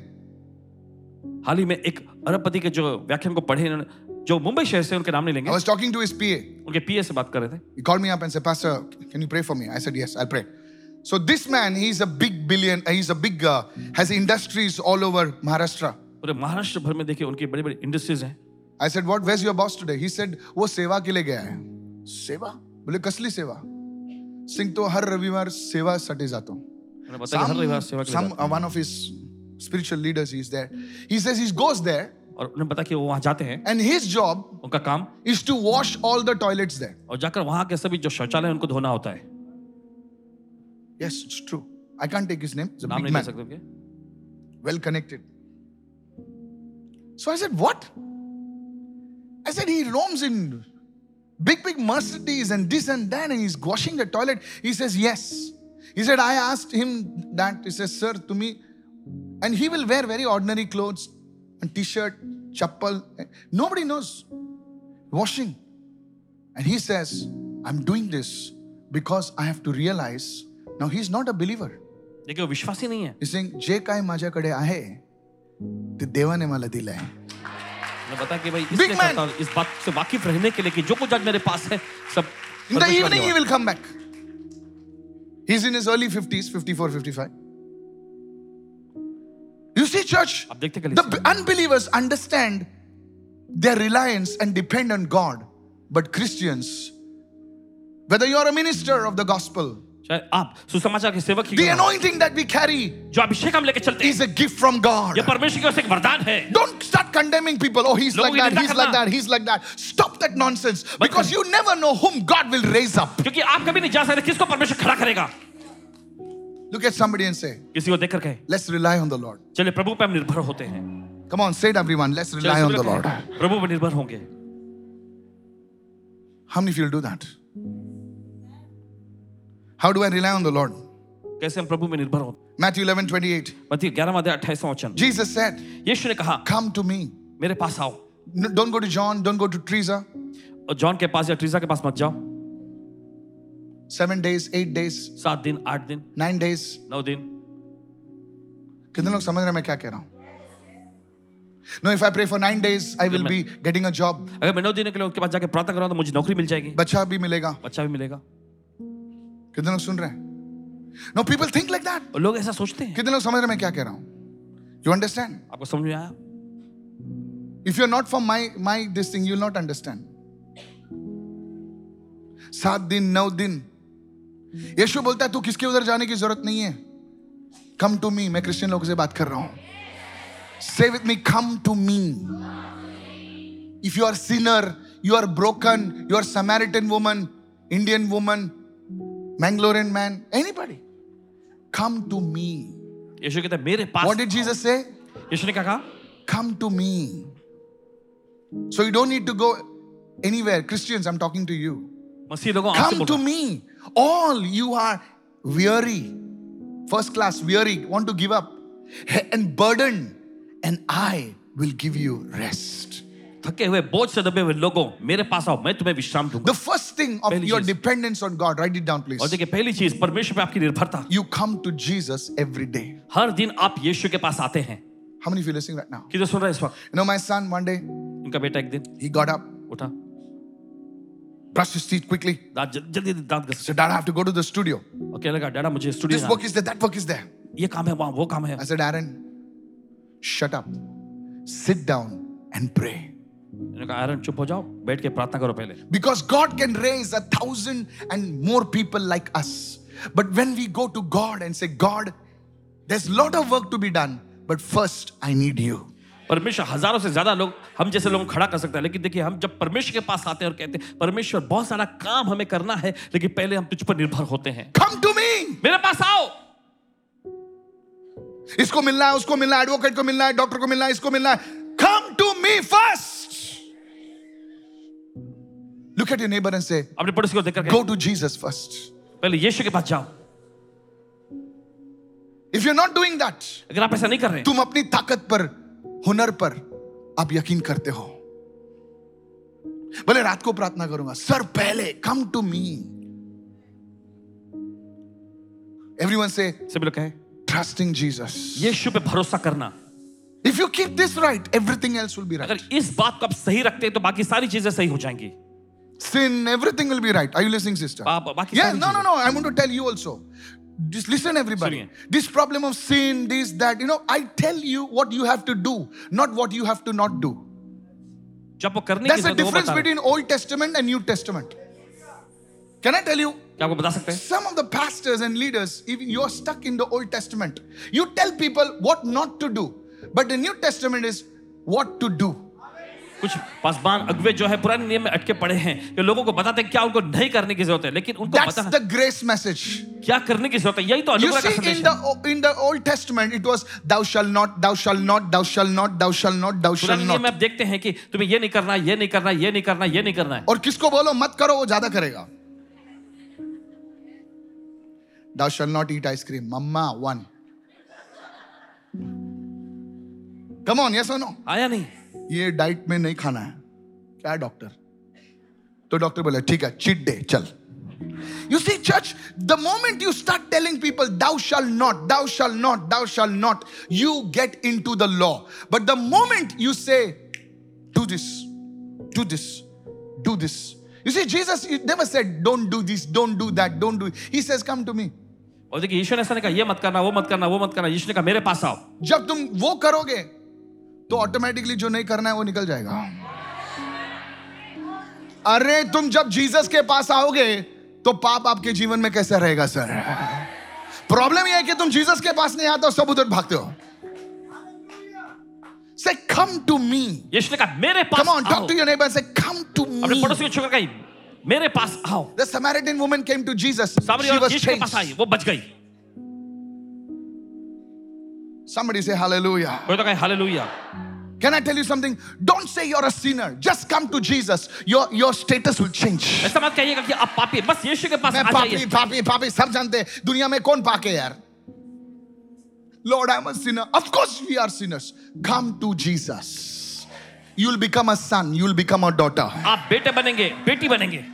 हाल ही में एक अरबपति के जो व्याख्यान को पढ़े इन्होंने जो मुंबई शहर से उनके नाम नहीं
I
लेंगे
was talking to his PA.
उनके पीए से बात कर रहे थे
He called me up and said, Pastor, can you pray for me? I said, Yes, I'll pray. So this man, he's a big billion, uh, he's a big, uh, has industries all over Maharashtra.
पूरे महाराष्ट्र भर में देखिए उनकी बड़ी बड़ी industries हैं
I said, What? Where's your boss today? He said, वो सेवा के लिए गया है सेवा बोले कसली सेवा सिंह तो हर रविवार सेवा सटे जातो
उन्हें पता है कि हर रविवार सेवा के लिए
some
जाते
uh, one of his spiritual leaders he is there he says he goes there
हैं। और उन्हें पता है कि वो वहाँ जाते हैं
and his job
उनका काम
is to wash all the toilets there
और जाकर वहाँ के सभी जो शौचालय हैं, उनको धोना होता है
yes it's true i can't take his name he's a
नाम
big
नहीं ले
man
सकते उनके
well connected. So I said, What? I said, He roams in big, big Mercedes and this and that, and he's washing the toilet. He says, Yes. He said, I asked him that. He says, Sir, to me, and he will wear very ordinary clothes and t shirt, chappal. eh, Nobody knows. Washing. And he says, I'm doing this because I have to realize now he's not a believer.
देखिए वो विश्वासी नहीं है
He's saying, जे काय माझ्याकडे आहे ते देवाने मला दिलंय
उन्हें पता है कि भाई इसलिए
man.
करता हूँ, इस बात से वाकिफ रहने के लिए कि जो कुछ आज मेरे पास है सब
In the
परमेश्वर ने
evening he
दिया।
will come back. He's in his early 50s, 54, 55. You see, church,
आप देखते हैं
the
कलीसिया।
b- unbelievers understand their reliance and depend on God. But Christians, whether you're a minister of the gospel,
चाहे आप सुसमाचार के सेवक ही
the
क्यों ना हो,
anointing that we carry
जो अभिषेक हम लेके चलते हैं
is a gift from God.
ये परमेश्वर की ओर से एक वरदान है
Don't start condemning people. Oh, he's
लोगों
like
की
that,
निंदा
he's like
करना।
that, he's like that. Stop that nonsense because you never know whom God will raise up.
क्योंकि आप कभी नहीं जा सकते किसको परमेश्वर खड़ा करेगा
Look at somebody and say,
किसी को देखकर कहे
Let's rely on the Lord.
चले प्रभु पे हम निर्भर होते हैं
Come on, say it, everyone. Let's
चलिए,
rely on the
सबको
Lord.
कहें, प्रभु पर निर्भर होंगे
How many of you will do that? How do I rely on the Lord?
कैसे हम प्रभु में निर्भर हों
Matthew 11 28.
मत्ती ग्यारह अध्याय 28 वचन
Jesus said,
यीशु ने कहा
Come to me.
मेरे पास आओ
No, don't go to John, don't go to Teresa.
और जॉन के पास या ट्रीजा के पास मत जाओ
Seven days, eight days,
सात दिन आठ दिन
nine days.
नौ दिन
कितने लोग समझ रहे हैं मैं क्या कह रहा हूं? No, if I pray for nine days, I will be getting a job.
अगर मैं नौ दिनों के लिए उनके पास जाके प्रार्थना कराऊं तो मुझे नौकरी मिल जाएगी
बच्चा भी मिलेगा
बच्चा भी मिलेगा
कितने लोग सुन रहे हैं no people think like that
और लोग ऐसा सोचते हैं
कितने लोग समझ रहे हैं मैं क्या कह रहा हूं यू अंडरस्टैंड
आपको समझ में आया
if you are not from my my this thing you not understand सात दिन नौ दिन यीशु बोलता है तू किसके उधर जाने की जरूरत नहीं है कम टू मी मैं क्रिश्चियन लोगों से बात कर रहा हूं से with me come to me if you are sinner you are broken, you are Samaritan woman, Indian woman, Mangalorean man, anybody. Come to me.
यीशु कहता है मेरे
What
pass
did Jesus say?
यीशु ने क्या कहा
Come to me. So you don't need to go anywhere. Christians, I'm talking to you.
मसीह लोगों आपसे
Come
बोल
to
रहा हूं।
me. All you are weary, first class, weary, want to give up, and burdened, and I will give you rest.
थके हुए बोझ से दबे हुए लोगों मेरे पास आओ मैं तुम्हें विश्राम दूंगा
The first thing of
पहली
your
चीज।
dependence on God, write it down,
और
please.
देखिए पहली चीज परमेश्वर पे आपकी निर्भरता
You come to Jesus every day.
हर दिन आप यीशु के पास आते हैं
How many of you are listening right now?
किधर सुन रहे हैं इस वक्त
You know, my son, one day,
उनका बेटा एक दिन
he got up,
उठा
brushed his teeth quickly,
दांत जल- जल्दी जल्दी दांत घस
said, Dad, I have to go to the studio.
और कहने लगा डैडा मुझे स्टूडियो
This
जाना
work is there, that work is there.
है। ये काम है वहाँ वो काम है
I said, Aaron, shut up, sit down, and pray.
मैंने कहा आयरन चुप हो जाओ बैठ के प्रार्थना करो पहले
Because God can raise a thousand and more people like us. But when we go to God and say, God, there's a lot of work to be done, but first I need you.
परमेश्वर हजारों से ज्यादा लोग हम जैसे लोग खड़ा कर सकता है लेकिन देखिए हम जब परमेश्वर के पास आते हैं और कहते हैं परमेश्वर बहुत सारा काम हमें करना है लेकिन पहले हम तुझ पर निर्भर होते हैं
Come to me!
मेरे पास आओ
इसको मिलना है उसको मिलना है एडवोकेट को मिलना है डॉक्टर को मिलना है इसको मिलना है come to me first look at your neighbour and से
अपने पड़ोसी को देखकर
गो
कहें,
टू जीसस फर्स्ट
पहले यीशु के पास जाओ
if you not doing that
अगर आप ऐसा नहीं कर रहे
तुम अपनी ताकत पर हुनर पर आप यकीन करते हो भले रात को प्रार्थना करूंगा सर पहले come to me everyone से
सभी लोग कहें
ट्रस्टिंग जीसस
यीशु पे भरोसा करना
if you keep this right everything else will be right
अगर इस बात को आप सही रखते हैं तो बाकी सारी चीजें सही हो जाएंगी
sin, everything will be right. Are you listening, sister?
Ba- ba- baki
yes,
saari
no, no,
cheezein.
no. I want to tell you also. Just listen, everybody.
Suniye.
This problem of sin, this, that, you know, I tell you what you have to do, not what you have to not do.
जब वो करने की
That's the
जरूरत है, वो
difference
बता रहा है।
between Old Testament and New Testament. Can I tell you?
क्या आपको बता सकते हैं
Some of the pastors and leaders, if you're stuck in the Old Testament, you tell people what not to do. But the New Testament is what to do.
कुछ पासवान अगवे जो है पुराने नियम में अटके पड़े हैं ये लोगों को बताते हैं क्या उनको नहीं करने की जरूरत है लेकिन उनको
That's
पता
the grace message.
क्या करने की जरूरत है यही तो
You
अनुग्रह का
see,
संदेश
in
है
the in the Old Testament, it was thou shall not, thou shall not, thou shall not, thou shall not, thou shall
पुराने नियम में
not.
आप देखते हैं कि तुम्हें ये नहीं करना ये नहीं करना ये नहीं करना ये नहीं करना है
और किसको बोलो मत करो वो ज्यादा करेगा Thou shall not eat ice cream. Mama, one. Come on, yes or no?
आया नहीं
ये डाइट में नहीं खाना है क्या डॉक्टर तो डॉक्टर बोला ठीक है चीट डे चल you see church the moment you start telling people thou shall not thou shall not thou shall not you get into the law but the moment you say do this do this do this you see Jesus never said don't do this don't do that don't do he says come to me
और देखिए यीशु ने ऐसा नहीं कहा ये मत करना वो मत करना वो मत करना यीशु ने कहा मेरे पास आओ
जब तुम वो करोगे तो ऑटोमेटिकली जो नहीं करना है वो निकल जाएगा अरे तुम जब जीसस के पास आओगे तो पाप आपके जीवन में कैसा रहेगा सर प्रॉब्लम यह है कि तुम जीसस के पास नहीं आते हो सब उधर भागते हो से कम टू मी
यीशु ने कहा मेरे पास
कम ऑन
आओ
टॉक टू योर नेबर से कम टू
अपने
मी
पड़ोसी को छुकर कही मेरे पास आओ
the Samaritan woman came to Jesus
सामरी
शी
और
वाज
यीशु के पास आई
चेंज्ड
वो बच गई कोई
somebody say hallelujah
तो कहे hallelujah
Can I tell you something? Don't say you're a sinner. Just come to Jesus. Your, your status will change.
ऐसा मत कहिएगा कि आप पापी हैं। बस यीशु के पास
मैं
आ
पापी
जाइए
पापी पापी सब जानते हैं दुनिया में कौन पाके है यार Lord, I'm a sinner. Of course, we are sinners. Come to Jesus. You'll become a son. You'll become a daughter.
आप बेटे बनेंगे बेटी बनेंगे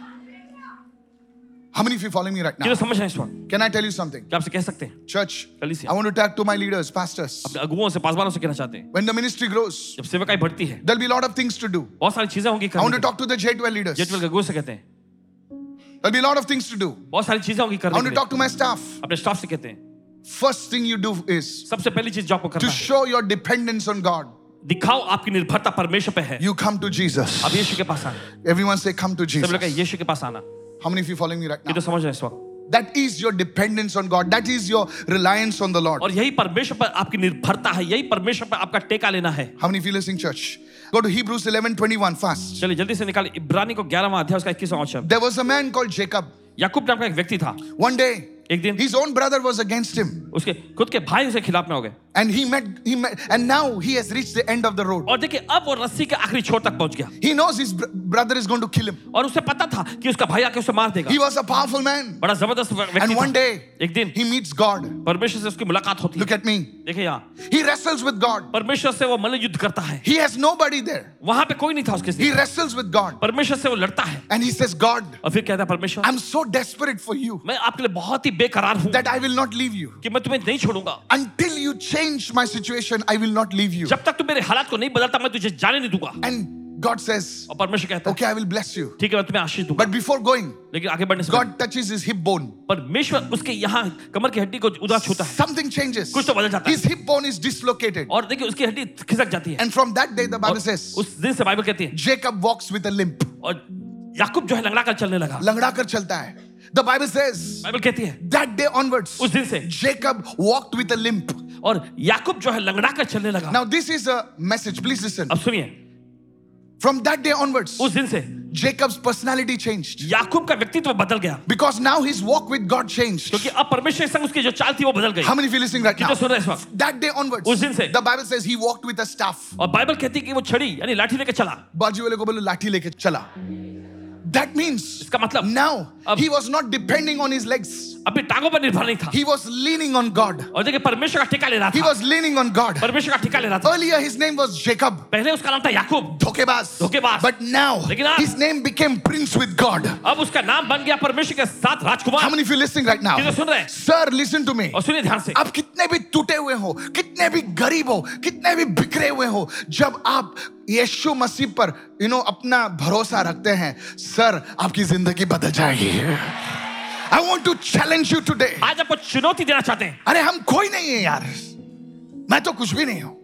How many of you following me right
ये
now?
तो समझ रहे हैं इस वक्त
Can I tell you something?
क्या आपसे कह सकते हैं
Church,
Alicia.
I want to talk to my leaders, pastors.
अपने अगुओं से पासवानों से कहना चाहते हैं
When the ministry grows,
जब सेवकाई बढ़ती है
there'll be a lot of things to do.
बहुत सारी चीजें होंगी
I want to
करने के लिए।
talk to the J12 leaders.
जेटवेल के अगुओं से कहते हैं
There'll be a lot of things to do.
बहुत सारी चीजें होंगी
I
करने
want
के
to
लिए।
talk to my staff.
अपने स्टाफ से कहते हैं
First thing you do is
सबसे पहली चीज जो आपको
to
करना है
show your dependence on God,
दिखाओ आपकी निर्भरता परमेश्वर पे है
you come to Jesus.
अब यीशु के पास आना
Everyone say, Come to
सब
Jesus.
लोग कहें, यीशु के पास आना ये
How many of you following me right now?
तो समझ रहे हैं इस वक्त
That is your dependence on God. That is your reliance on the Lord.
और यही परमेश्वर पर आपकी निर्भरता है यही परमेश्वर पर आपका टेका लेना है
How many of you listening, church? Go to Hebrews 11 21 fast.
चलिए जल्दी से निकाल इब्रानी को ग्यारहवां अध्याय उसका इक्कीसवां वचन
There was a man called Jacob.
याकूब नाम का एक व्यक्ति था
One day,
एक दिन
his own brother was against him,
उसके खुद के भाई उसके खिलाफ में हो गए
and he met, he met, and now he has reached the end of the road.
और देखिए अब वो रस्सी के आखिरी छोर तक पहुंच गया
He knows his br- brother is going to kill him.
और उसे पता था कि उसका भाई आके उसे मार देगा
He was a powerful man.
बड़ा जबरदस्त व्यक्ति
And one
था।
day,
एक दिन
he meets God.
परमेश्वर से उसकी मुलाकात होती है
Look at me.
देखिए यहाँ
He wrestles with God.
परमेश्वर से वो मल्ल युद्ध करता है
He has nobody there.
वहां पे कोई नहीं था उसके
He
साथ
wrestles with God.
परमेश्वर से वो लड़ता है
And he says, God,
और फिर कहता है परमेश्वर
I'm so desperate for you
मैं आपके लिए बहुत ही बेकरार हूँ
that I will not leave you.
कि मैं तुम्हें नहीं छोड़ूंगा
Until you change my situation, I will not leave you.
जब तक तू मेरे हालात को नहीं बदलता मैं तुझे जाने नहीं दूंगा
And God says,
और परमेश्वर कहता है
Okay, I will bless you.
ठीक है मैं तुम्हें आशीष दूंगा
But before going,
लेकिन आगे बढ़ने से पहले
God touches his hip bone.
परमेश्वर उसके यहाँ कमर की हड्डी को उदास छूता है
Something changes.
कुछ तो बदल जाता है।
His hip bone is dislocated.
और देखिए उसकी हड्डी खिसक जाती है
And from that day, the
और
Bible says,
उस दिन से बाइबल कहती है
Jacob walks with a limp.
और याकूब जो है लंगड़ा कर चलने लगा
लंगड़ा कर चलता है. The Bible says,
बाइबल कहती है
that day onwards,
उस दिन से
Jacob walked with a limp.
और याकूब जो है लंगड़ा कर चलने लगा
Now, this is a message. Please listen.
अब सुनिए
From that day onwards,
उस दिन से
Jacob's personality changed
याकूब का व्यक्तित्व बदल गया
because now his walk with God changed.
क्योंकि अब परमेश्वर के संग उसकी जो चाल थी वो बदल गई
How many of you listening right now?
कितने सुन रहे हैं इस वक्त
That day onwards,
उस दिन से।
the Bible says he walked with a staff.
और बाइबल कहती है कि वो छड़ी यानी लाठी लेकर चला
बाजी वाले को बोलो लाठी लेके चला. That means
इसका मतलब
now
अब-
he was not depending on his legs.
अपनी टांगों पर निर्भर नहीं था
He was leaning on God.
और देखिए परमेश्वर का ठेका ले रहा
He
था
was leaning on God.
परमेश्वर का ठेका ले रहा था
Earlier his name was Jacob.
पहले उसका नाम था याकूब
धोखेबाज
धोखेबाज।
But now
लेकिन आप-
his name became prince with God.
अब उसका नाम बन गया परमेश्वर के साथ
How
Rajkumar
many of you listening right now?
कितने सुन रहे हैं
Sir, listen to me.
और सुनिए ध्यान से
आप कितने भी टूटे हुए हो कितने भी गरीब हो कितने भी बिखरे हुए हो जब आप यीशु मसीह पर यू नो अपना भरोसा रखते हैं सर आपकी जिंदगी बदल जाएगी I want to challenge you today
आज आपको चुनौती देना चाहते हैं
अरे हम कोई नहीं है यार मैं तो कुछ भी नहीं हूं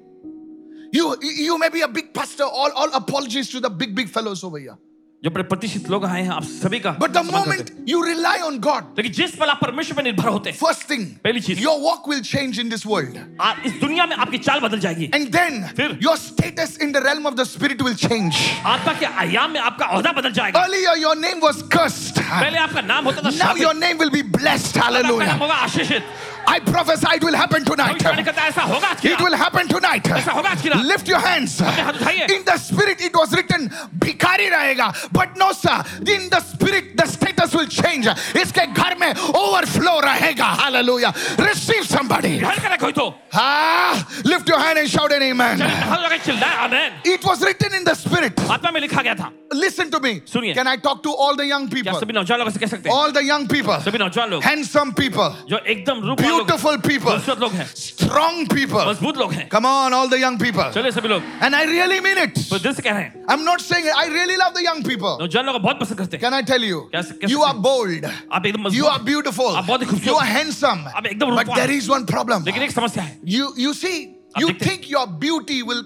you you may be a big pastor all all apologies to the big big fellows हो भैया
जो बड़े प्रतिष्ठित लोग आए हैं आप सभी का
बट द
सम्मान करते
moment you rely on God
हैं। लेकिन जिस पल आप परमेश्वर पर निर्भर होते हैं
फर्स्ट
पहली
थिंग
चीज।
Your walk will change in this world
आ- इस दुनिया में आपकी चाल बदल जाएगी
And then
फिर-
your status in the realm of the spirit will change.
आत्मा के आयाम में आपका औहदा बदल जाएगा
Earlier your name was cursed.
पहले आपका नाम होता था
Now
Shapit,
your name will be blessed.
अब आपका नाम
Hallelujah.
होगा आशीषित
I prophesy it will happen tonight.
भविष्यवाणी करता है, ऐसा होगा आज की
It
रात।
will happen tonight.
ऐसा होगा आज की रात।
Lift your hands.
हाथ उठाइए।
In the spirit it was written भिखारी रहेगा but no sir in the spirit the status will change. इसके घर में overflow रहेगा. Hallelujah. Receive somebody.
ग्रहण करे कोई तो
Ah, lift your hand and shout an
चले,
amen.
हर जगह चिल्लाए आमेन
It was written in the spirit.
आत्मा में लिखा गया था
Listen to me.
सुनिए।
Can I talk to all the young
क्या
people?
सभी नौजवान लोग ऐसे कह सकते हैं
All the young people.
सभी नौजवान लोग
Handsome people.
जो एकदम रूप
Beautiful people.
खूबसूरत लोग हैं
Strong people.
मजबूत लोग हैं
Come on, all the young people.
चले सभी लोग
And I really mean
तो
it.
दिल से कह रहे हैं
I'm not saying it. I really love the young people.
नौजवान लोग बहुत पसंद करते हैं
Can I tell you?
क्या- क्या-
You are bold.
आप एकदम
You are
मजबूत
beautiful.
आप बहुत ही खूबसूरत
You are handsome.
आप एकदम
But
रूपवान
there
हैं।
is one problem.
लेकिन एक समस्या है
You you see,
आप
you
देखते हैं।
think your beauty will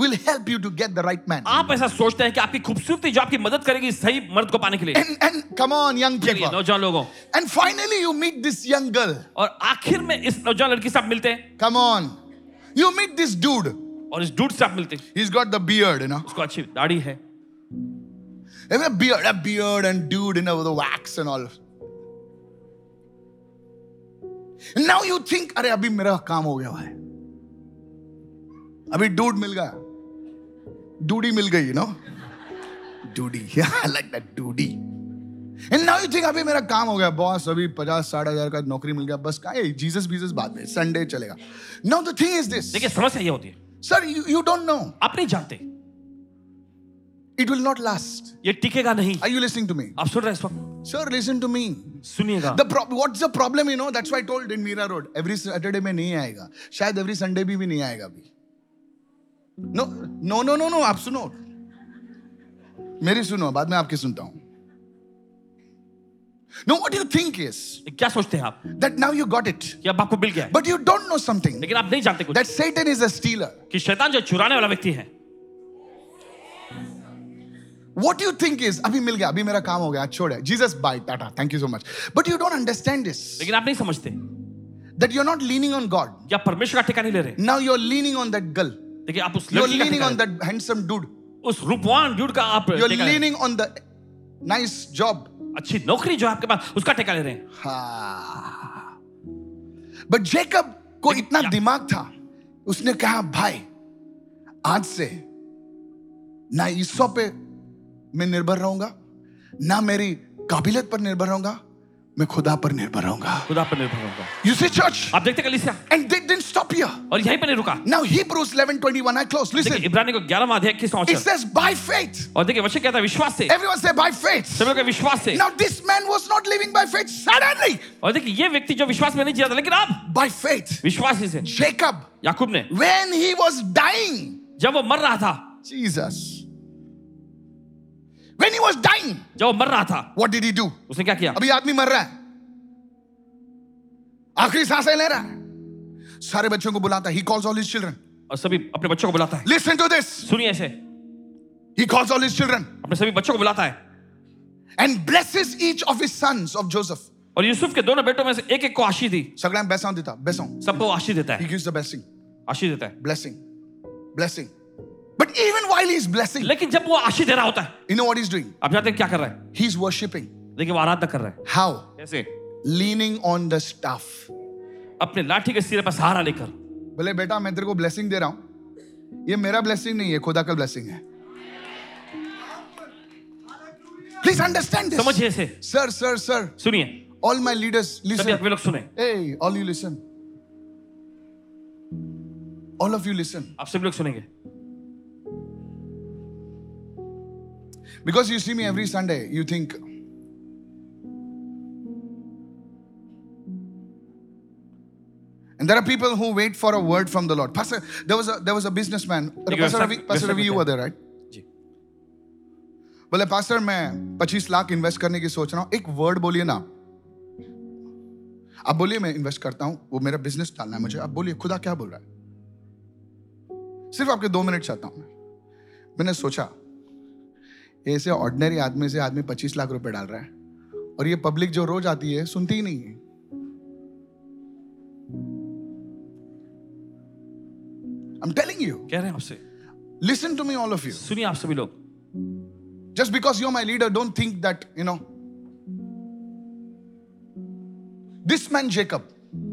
will help you to get the right man.
आप ऐसा सोचते हैं कि आपकी खूबसूरती जो आपकी मदद करेगी सही मर्द को पाने के लिए
And and come on, young
चलिए,
people.
नौजवान लोगों
And finally you meet this young girl.
और आखिर में इस नौजवान लड़की से आप मिलते हैं
Come on. You meet this dude.
और इस डूड से आप मिलते हैं
He's got the beard, you know.
उसको अच्छी दाढ़ी है
There's a beard, a beard and dude, you know, with the wax and all. Now you think, अरे अभी मेरा काम हो गया भाई अभी dude मिल गया डूडी मिल गई no Dudi like that dudie and now you think अभी मेरा काम हो गया बॉस अभी पचास साठ हजार का नौकरी मिल गया बस का जीसस बीजस बाद में संडे चलेगा now the thing is this
देखिए समस्या ये होती है
सर यू डोंट नो
आप नहीं जानते
इट विल नॉट लास्ट
ये टिकेगा नहीं
Are you listening to me?
आप सुन रहे हैं इस वक्त
Sir, listen to me.
सुनिएगा
The prob- what's the problem, you know? That's why I told in Mira Road, every Saturday में नहीं आएगा शायद every Sunday भी भी नहीं आएगा अभी no no no no no आप सुनो मेरी सुनो बाद में आपकी सुनता हूं no what you think is
क्या सोचते हैं आप
that now you got it
कि अब आपको मिल गया है
but you don't know something
लेकिन आप नहीं जानते कुछ
that Satan is a stealer
कि शैतान जो चुराने वाला व्यक्ति है
वॉट यू थिंक इज अभी मिल गया अभी मेरा काम हो गया छोड़ है Jesus bye tata thank you so much but you don't understand this
लेकिन आप नहीं समझते
that you are not leaning on God
कि आप परमेश्वर का ठेका नहीं ले रहे
now you are leaning on that girl
देखिए आप उस
यू आर
लड़की का
लीनिंग
ठेका
ऑन
ले
दैट हैंडसम डूड
रहे हो। उस रूपवान ड्यूड का आप
यू आर
ठेका ले रहे
leaning on the nice job
हो। अच्छी नौकरी जो है आपके पास उसका ठेका ले रहे हैं
हाँ। बट जेकब को इतना दिमाग था उसने कहा भाई आज से ना ईसो पे मैं निर्भर रहूंगा ना मेरी काबिलियत पर निर्भर रहूंगा मैं खुदा पर निर्भर रहूंगा
खुदा पर निर्भर होगा
यू सी चर्च
आप देखते कलिसिया
and they didn't stop here
और यहीं पे नहीं रुका
नाउ हिब्रूज 11:21 आई क्लोज
देखिए
लिसन
इब्रानी को ग्यारह अध्याय इक्कीस
इट
पहुंचे
सेज बाय फेथ
और देखिए वचन कहता है विश्वास से
एवरीवन से बाय फेथ
सभी लोग के विश्वास से
now this man was not living by faith suddenly
और देखिए ये व्यक्ति जो विश्वास में नहीं जिया था लेकिन आप
बाय फेथ
विश्वास ही से
जेकब
याकूब ने
when he was dying,
जब वो मर रहा था
Jesus, when he was dying,
जब वो मर रहा था
what did he do?
उसने क्या किया
अभी आदमी मर रहा है आखिरी सांसें ले रहा है सारे बच्चों को बुलाता है he calls all his children
और सभी अपने बच्चों को बुलाता है
लिसन टू दिस
सुनिए ऐसे
ही कॉल्स ऑल हिज चिल्ड्रन
अपने सभी बच्चों को बुलाता है
and blesses each of his sons of Joseph
और यूसुफ के दोनों बेटों में से एक एक को आशी दी
सगळ्यांना बेसावून देता बेसावून
सबको आशी देता
ही
है
गिव्स द ब्लेसिंग
आशी देता है
blessing blessing but even while he is blessing
लेकिन जब वो आशी दे रहा होता है
you know what is doing
आप जानते हैं क्या कर रहा है
ही इज वर्शिपिंग
देखिए वो आराधना कर रहा है
हाउ
कैसे
लीनिंग ऑन द स्टाफ
अपने लाठी के सिरे पर सहारा लेकर
बोले बेटा मैं तेरे को ब्लेसिंग दे रहा हूं ये मेरा ब्लेसिंग नहीं है खुदा का ब्लेसिंग है प्लीज अंडरस्टैंड
समझिए इसे
सर सर सर
सुनिए
ऑल माय लीडर्स लिसन
सभी आप लोग सुने
ए all you listen all of you listen
आप सभी लोग सुनेंगे
because you see me every Sunday you think And there are people who wait for a word from the Lord. Pastor, there was a there was a businessman. Uh,
you have
Pastor
sac-
Ravi, Pastor Ravi, you were there, right?
जी
बोले pastor मैं 25 lakh invest करने की सोच रहा हूं एक word बोलिए ना आप आप बोलिए मैं इन्वेस्ट करता हूं वो मेरा बिजनेस डालना है मुझे आप बोलिए खुदा क्या बोल रहा है सिर्फ आपके दो मिनट चाहता हूं मैं मैंने सोचा ऐसे ऑर्डिनरी आदमी से आदमी 25 लाख रुपए डाल रहा है और ये पब्लिक जो रोज आती है सुनती ही नहीं है I'm telling you,
कह रहे हैं आपसे
listen to me, all of you.
सुनिए आप सभी लोग
Just because you're my leader, don't think that, you know. This man, Jacob,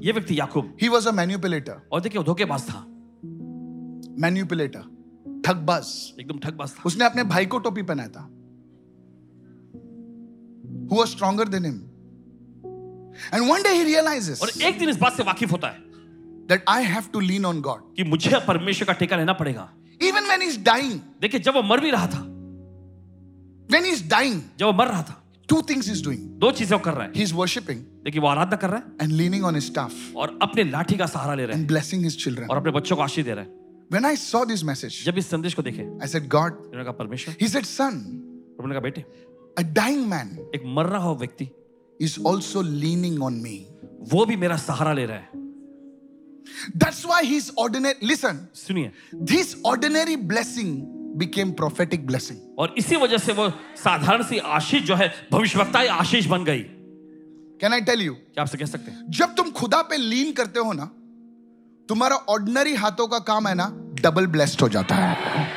ये व्यक्ति याकूब
he was a manipulator.
और देखिए वो धोखेबाज था
Manipulator. Thugbaz.
एकदम ठगबाज था
उसने अपने भाई को टोपी पहनाया था Who was stronger than him. And one day he realizes
और एक दिन इस बात से वाकिफ होता है
that I have to lean on God.
कि मुझे परमेश्वर का ठेका लेना पड़ेगा
Even when he's dying,
देखिए जब वो मर भी रहा था
when he's dying,
जब वो मर रहा था
two things he's doing.
दो चीजें वो कर रहा है
He's worshipping
देखिए वो आराधना कर रहा है
and leaning on his staff
और अपने लाठी का सहारा ले रहे
and blessing his children.
हैं और अपने बच्चों को आशीष दे रहे हैं
When I saw this message,
जब इस संदेश को देखे
I said, God,
उन्होंने कहा परमेश्वर
he said, Son,
उन्होंने कहा बेटे
A dying man
एक मर रहा हो व्यक्ति
is also leaning on me.
वो भी मेरा सहारा ले रहा है
That's why his ordinary, listen,
सुनिए
this ordinary blessing became prophetic blessing.
और इसी वजह से वो साधारण सी आशीष जो है भविष्यवक्ता आशीष बन गई क्या
Can I tell you?
आपसे कह सकते हैं
जब तुम खुदा पे लीन करते हो ना तुम्हारा ऑर्डिनरी हाथों का काम है ना डबल ब्लेस्ड हो जाता है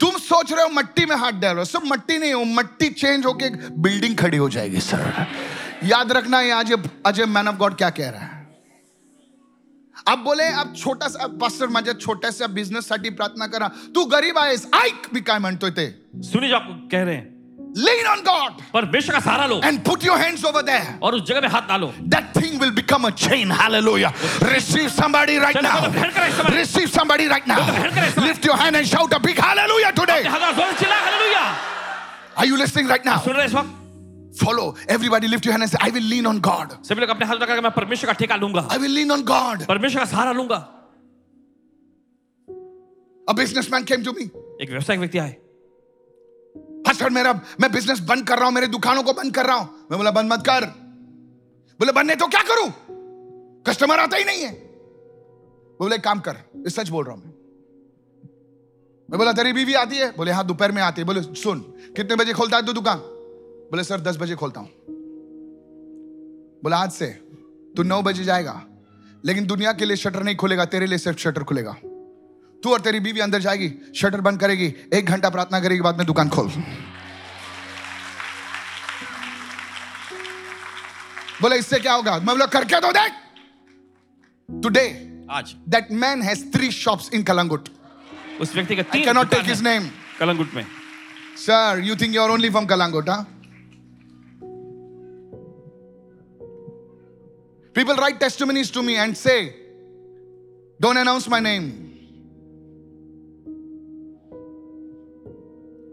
तुम सोच रहे हो मट्टी में हाथ डाल रहे हो सब मट्टी नहीं हो मट्टी चेंज होके एक बिल्डिंग खड़ी हो जाएगी सर याद रखना ये आज अजय मैन ऑफ गॉड क्या कह रहा है आप बोले आप छोटा सा पास्टर माझ्या छोट्याशा बिझनेस साठी प्रार्थना करा तू गरीब आहेस ऐक मी काय म्हणतोय ते
सुनिए जो आपको कह रहे हैं
लेन ऑन गॉड
परमेश्वर का सहारा लो
and put your hands over there
और उस जगह में हाथ डालो
That thing will become a chain. Hallelujah. Receive somebody right
चलो,
now.
चलो, भीड़ करें इस समय।
Receive somebody right now.
चलो, भीड़ करें इस समय।
Lift your hand and shout a big hallelujah today.
हजार जोर से चिल्ला hallelujah
Are you listening right now?
सुन रहे हैं इस वक्त
Follow. Everybody lift your hand and say, I will lean on God.
सभी लोग अपने हाथ उठाकर मैं परमेश्वर का ठेका लूंगा
I will lean on God.
परमेश्वर का सहारा लूंगा
A businessman came to me.
एक व्यवसायिक व्यक्ति आए
पास्टर मेरा मैं बिजनेस बंद कर रहा हूं मेरे दुकानों को बंद कर रहा हूं मैं बोला बंद मत कर बोले बंद नहीं तो क्या करूं कस्टमर आता ही नहीं है बोले "एक काम कर ये सच बोल रहा हूं मैं मैं बोला तेरी बीवी आती है बोले हाँ दोपहर में आती है बोले सुन कितने बजे खोलता है तू दुकान बोले सर दस बजे खोलता हूं बोला आज से तू नौ बजे जाएगा लेकिन दुनिया के लिए शटर नहीं खुलेगा तेरे लिए सिर्फ शटर खुलेगा तू और तेरी बीवी अंदर जाएगी शटर बंद करेगी एक घंटा प्रार्थना करेगी बाद में दुकान खोल बोला इससे क्या होगा मैं बोला करके तो देख टुडे
आज
that man has three shops in Calangute
उस व्यक्ति का
आई
तीन
कैनॉट
दुकान
टेक हिज
है
नेम
कलंगुट में
Sir, you think you're only from Kalangut, huh? People write testimonies to me and say, Don't announce my name.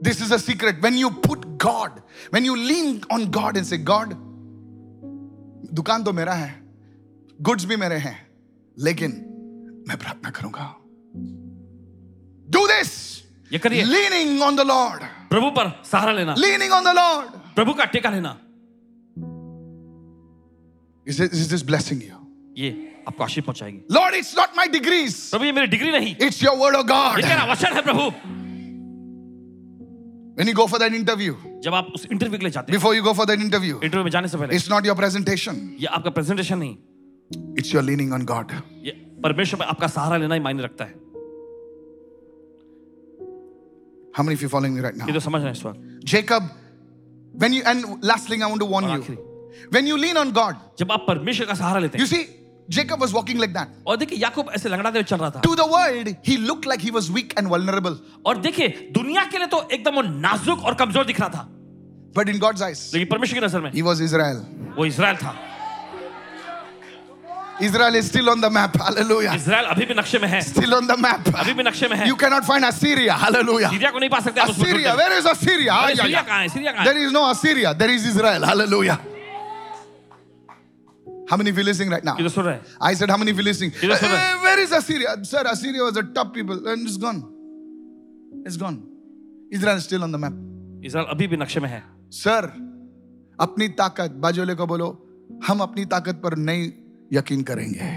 This is a secret. When you put God, when you lean on God and say, God, दुकान तो मेरा है goods भी मेरे हैं लेकिन मैं प्रार्थना करूंगा डू दिस
ये करिए
leaning on the Lord,
प्रभु पर सहारा लेना
leaning on the Lord.
प्रभु का टेका लेना
Is this, is this blessing you?
ये आपको आशीष पहुंचाएगी
Lord, it's not my degrees,
प्रभु ये मेरी डिग्री नहीं
it's your word of God.
ये मेरा वचन है प्रभु
When you go for that interview,
जब आप उस इंटरव्यू के लिए जाते हैं
before you go for that interview,
interview में जाने से पहले
it's not your presentation,
ये आपका प्रेजेंटेशन नहीं
it's your leaning on God.
ये परमेश्वर पर आपका सहारा लेना ही मायने रखता है
How many of you following me right now?
ये तो समझ रहे हैं इस वक्त
Jacob, when you, and last thing I want to warn
और
you, when you lean on God,
जब आप परमेश्वर का सहारा लेते
you
हैं
see, Jacob was walking like that.
और देखिए याकूब ऐसे लंगड़ाते हुए चल रहा था
To the world, he looked like he was weak and vulnerable,
और देखिए दुनिया के लिए तो एकदम वो नाजुक और कमजोर दिख रहा था
but in God's eyes,
लेकिन परमेश्वर की नजर में
he was Israel.
वो इसराइल था
Israel is still on the map. Hallelujah.
Israel अभी भी नक्शे में है
Still on the map.
अभी भी नक्शे में है
You cannot find Assyria. Hallelujah.
Syria को नहीं पा सकते आप उस
Assyria.
मुसीबत में।
Where is Assyria? Ah,
अरे
yeah,
सीरिया
yeah.
कहाँ है सीरिया कहाँ है
There is no Assyria. There is Israel. Hallelujah. How many of you listening right now?
ये तो सुन रहे हैं
I said, How many of you listening?
You just
Eh,
said that.
eh, where is Assyria? Sir, Assyria was a top people and it's gone. It's gone. Israel is still on the map.
Israel अभी भी नक्शे में है
sir अपनी ताकत बाजोले को बोलो हम अपनी ताकत पर नहीं यकीन करेंगे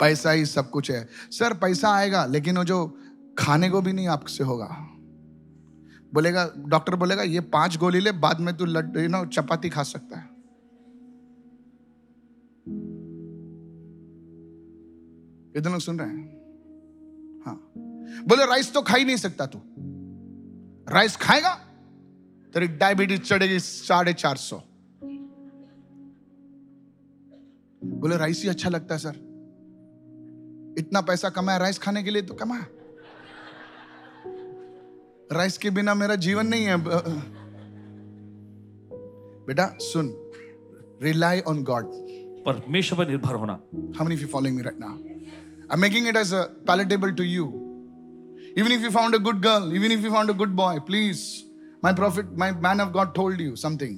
पैसा ही सब कुछ है सर पैसा आएगा लेकिन वो जो खाने को भी नहीं आपसे होगा बोलेगा डॉक्टर बोलेगा ये पांच गोली ले बाद में तू लड्डू यू नो चपाती खा सकता है इतने लोग सुन रहे हैं हाँ बोले राइस तो खा ही नहीं सकता तू राइस खाएगा तेरी डायबिटीज चढ़ेगी साढ़े चार सौ बोले राइस ही अच्छा लगता है सर इतना पैसा कमाया राइस खाने के लिए तो कमा राइस के बिना मेरा जीवन नहीं है ब- बेटा सुन रिलाई ऑन गॉड
परमेश्वर पर निर्भर होना
How many of you following me right now? I'm making it as a palatable to you. Even if you found a good girl, even if you found a good boy, please, my prophet, my man of God told you something.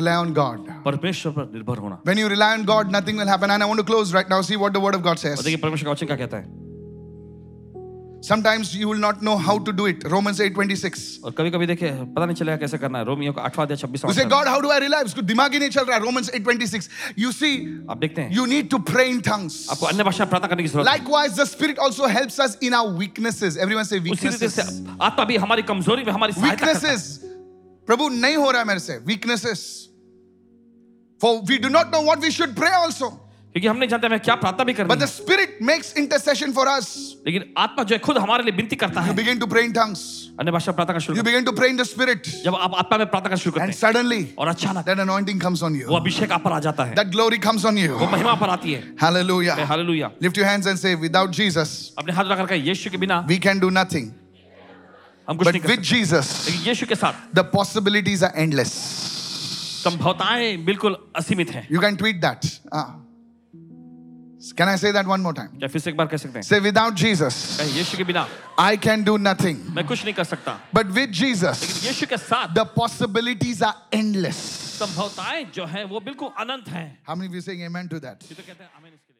Rely on God.
परमेश्वर पर निर्भर होना
When you rely on God, nothing will happen. And I want to close right now. See what the word of God
और
says.
देखिए परमेश्वर का वचन क्या कहता है
Sometimes you will not know how to do it. Romans 8:26.
और कभी कभी देखिए पता नहीं चलेगा कैसे करना है रोमियो का आठवां अध्याय छब्बीस
You say, God, how do I rely? उसको दिमाग ही नहीं चल रहा है. Romans 8:26. You see,
आप देखते हैं
you need to pray in tongues.
आपको अन्य भाषा में प्रार्थना करने की जरूरत है
Likewise, the Spirit also helps us in our weaknesses. Everyone say
उसी रीति से
weaknesses.
आत्मा भी हमारी कमजोरी में हमारी सहायता करता है।
Weaknesses. प्रभु नहीं हो रहा है मेरे से weaknesses. For we do not know what we should pray also.
क्योंकि हम नहीं जानते हमें क्या प्रार्थना भी
But
करनी
the
है
Spirit makes intercession for us.
लेकिन आत्मा जो है खुद हमारे लिए विनती करता
You
है
begin to pray in tongues.
अन्य भाषा में प्रार्थना करना शुरू
You
करते
begin to pray in the Spirit.
हैं। जब आप आत्मा में प्रार्थना करना शुरू
And
करते हैं
suddenly,
और अचानक
that anointing comes on you.
वो अभिषेक आप पर आ जाता है
That glory comes on you.
वो महिमा पर आती है
Hallelujah.
Hallelujah
Lift your hands and say, without Jesus,
अपने हाथ उठाकर कहा यीशु के बिना
we can do nothing.
हम कुछ
But
नहीं कर
with
सकते
Jesus,
लेकिन यीशु के साथ
the possibilities are endless.
संभवताएं बिल्कुल असीमित हैं
You can tweet that. Ah. Can I say that one more time?
क्या फिर से एक बार कह सकते हैं
Say, without Jesus,
कहे यीशु के बिना
I can do nothing.
मैं कुछ नहीं कर सकता
But with Jesus,
यीशु के साथ
the possibilities are endless.
संभवताएं जो हैं वो बिल्कुल अनंत हैं
How many of you saying amen to that?
ये तो कहते हैं आमीन इसके लिए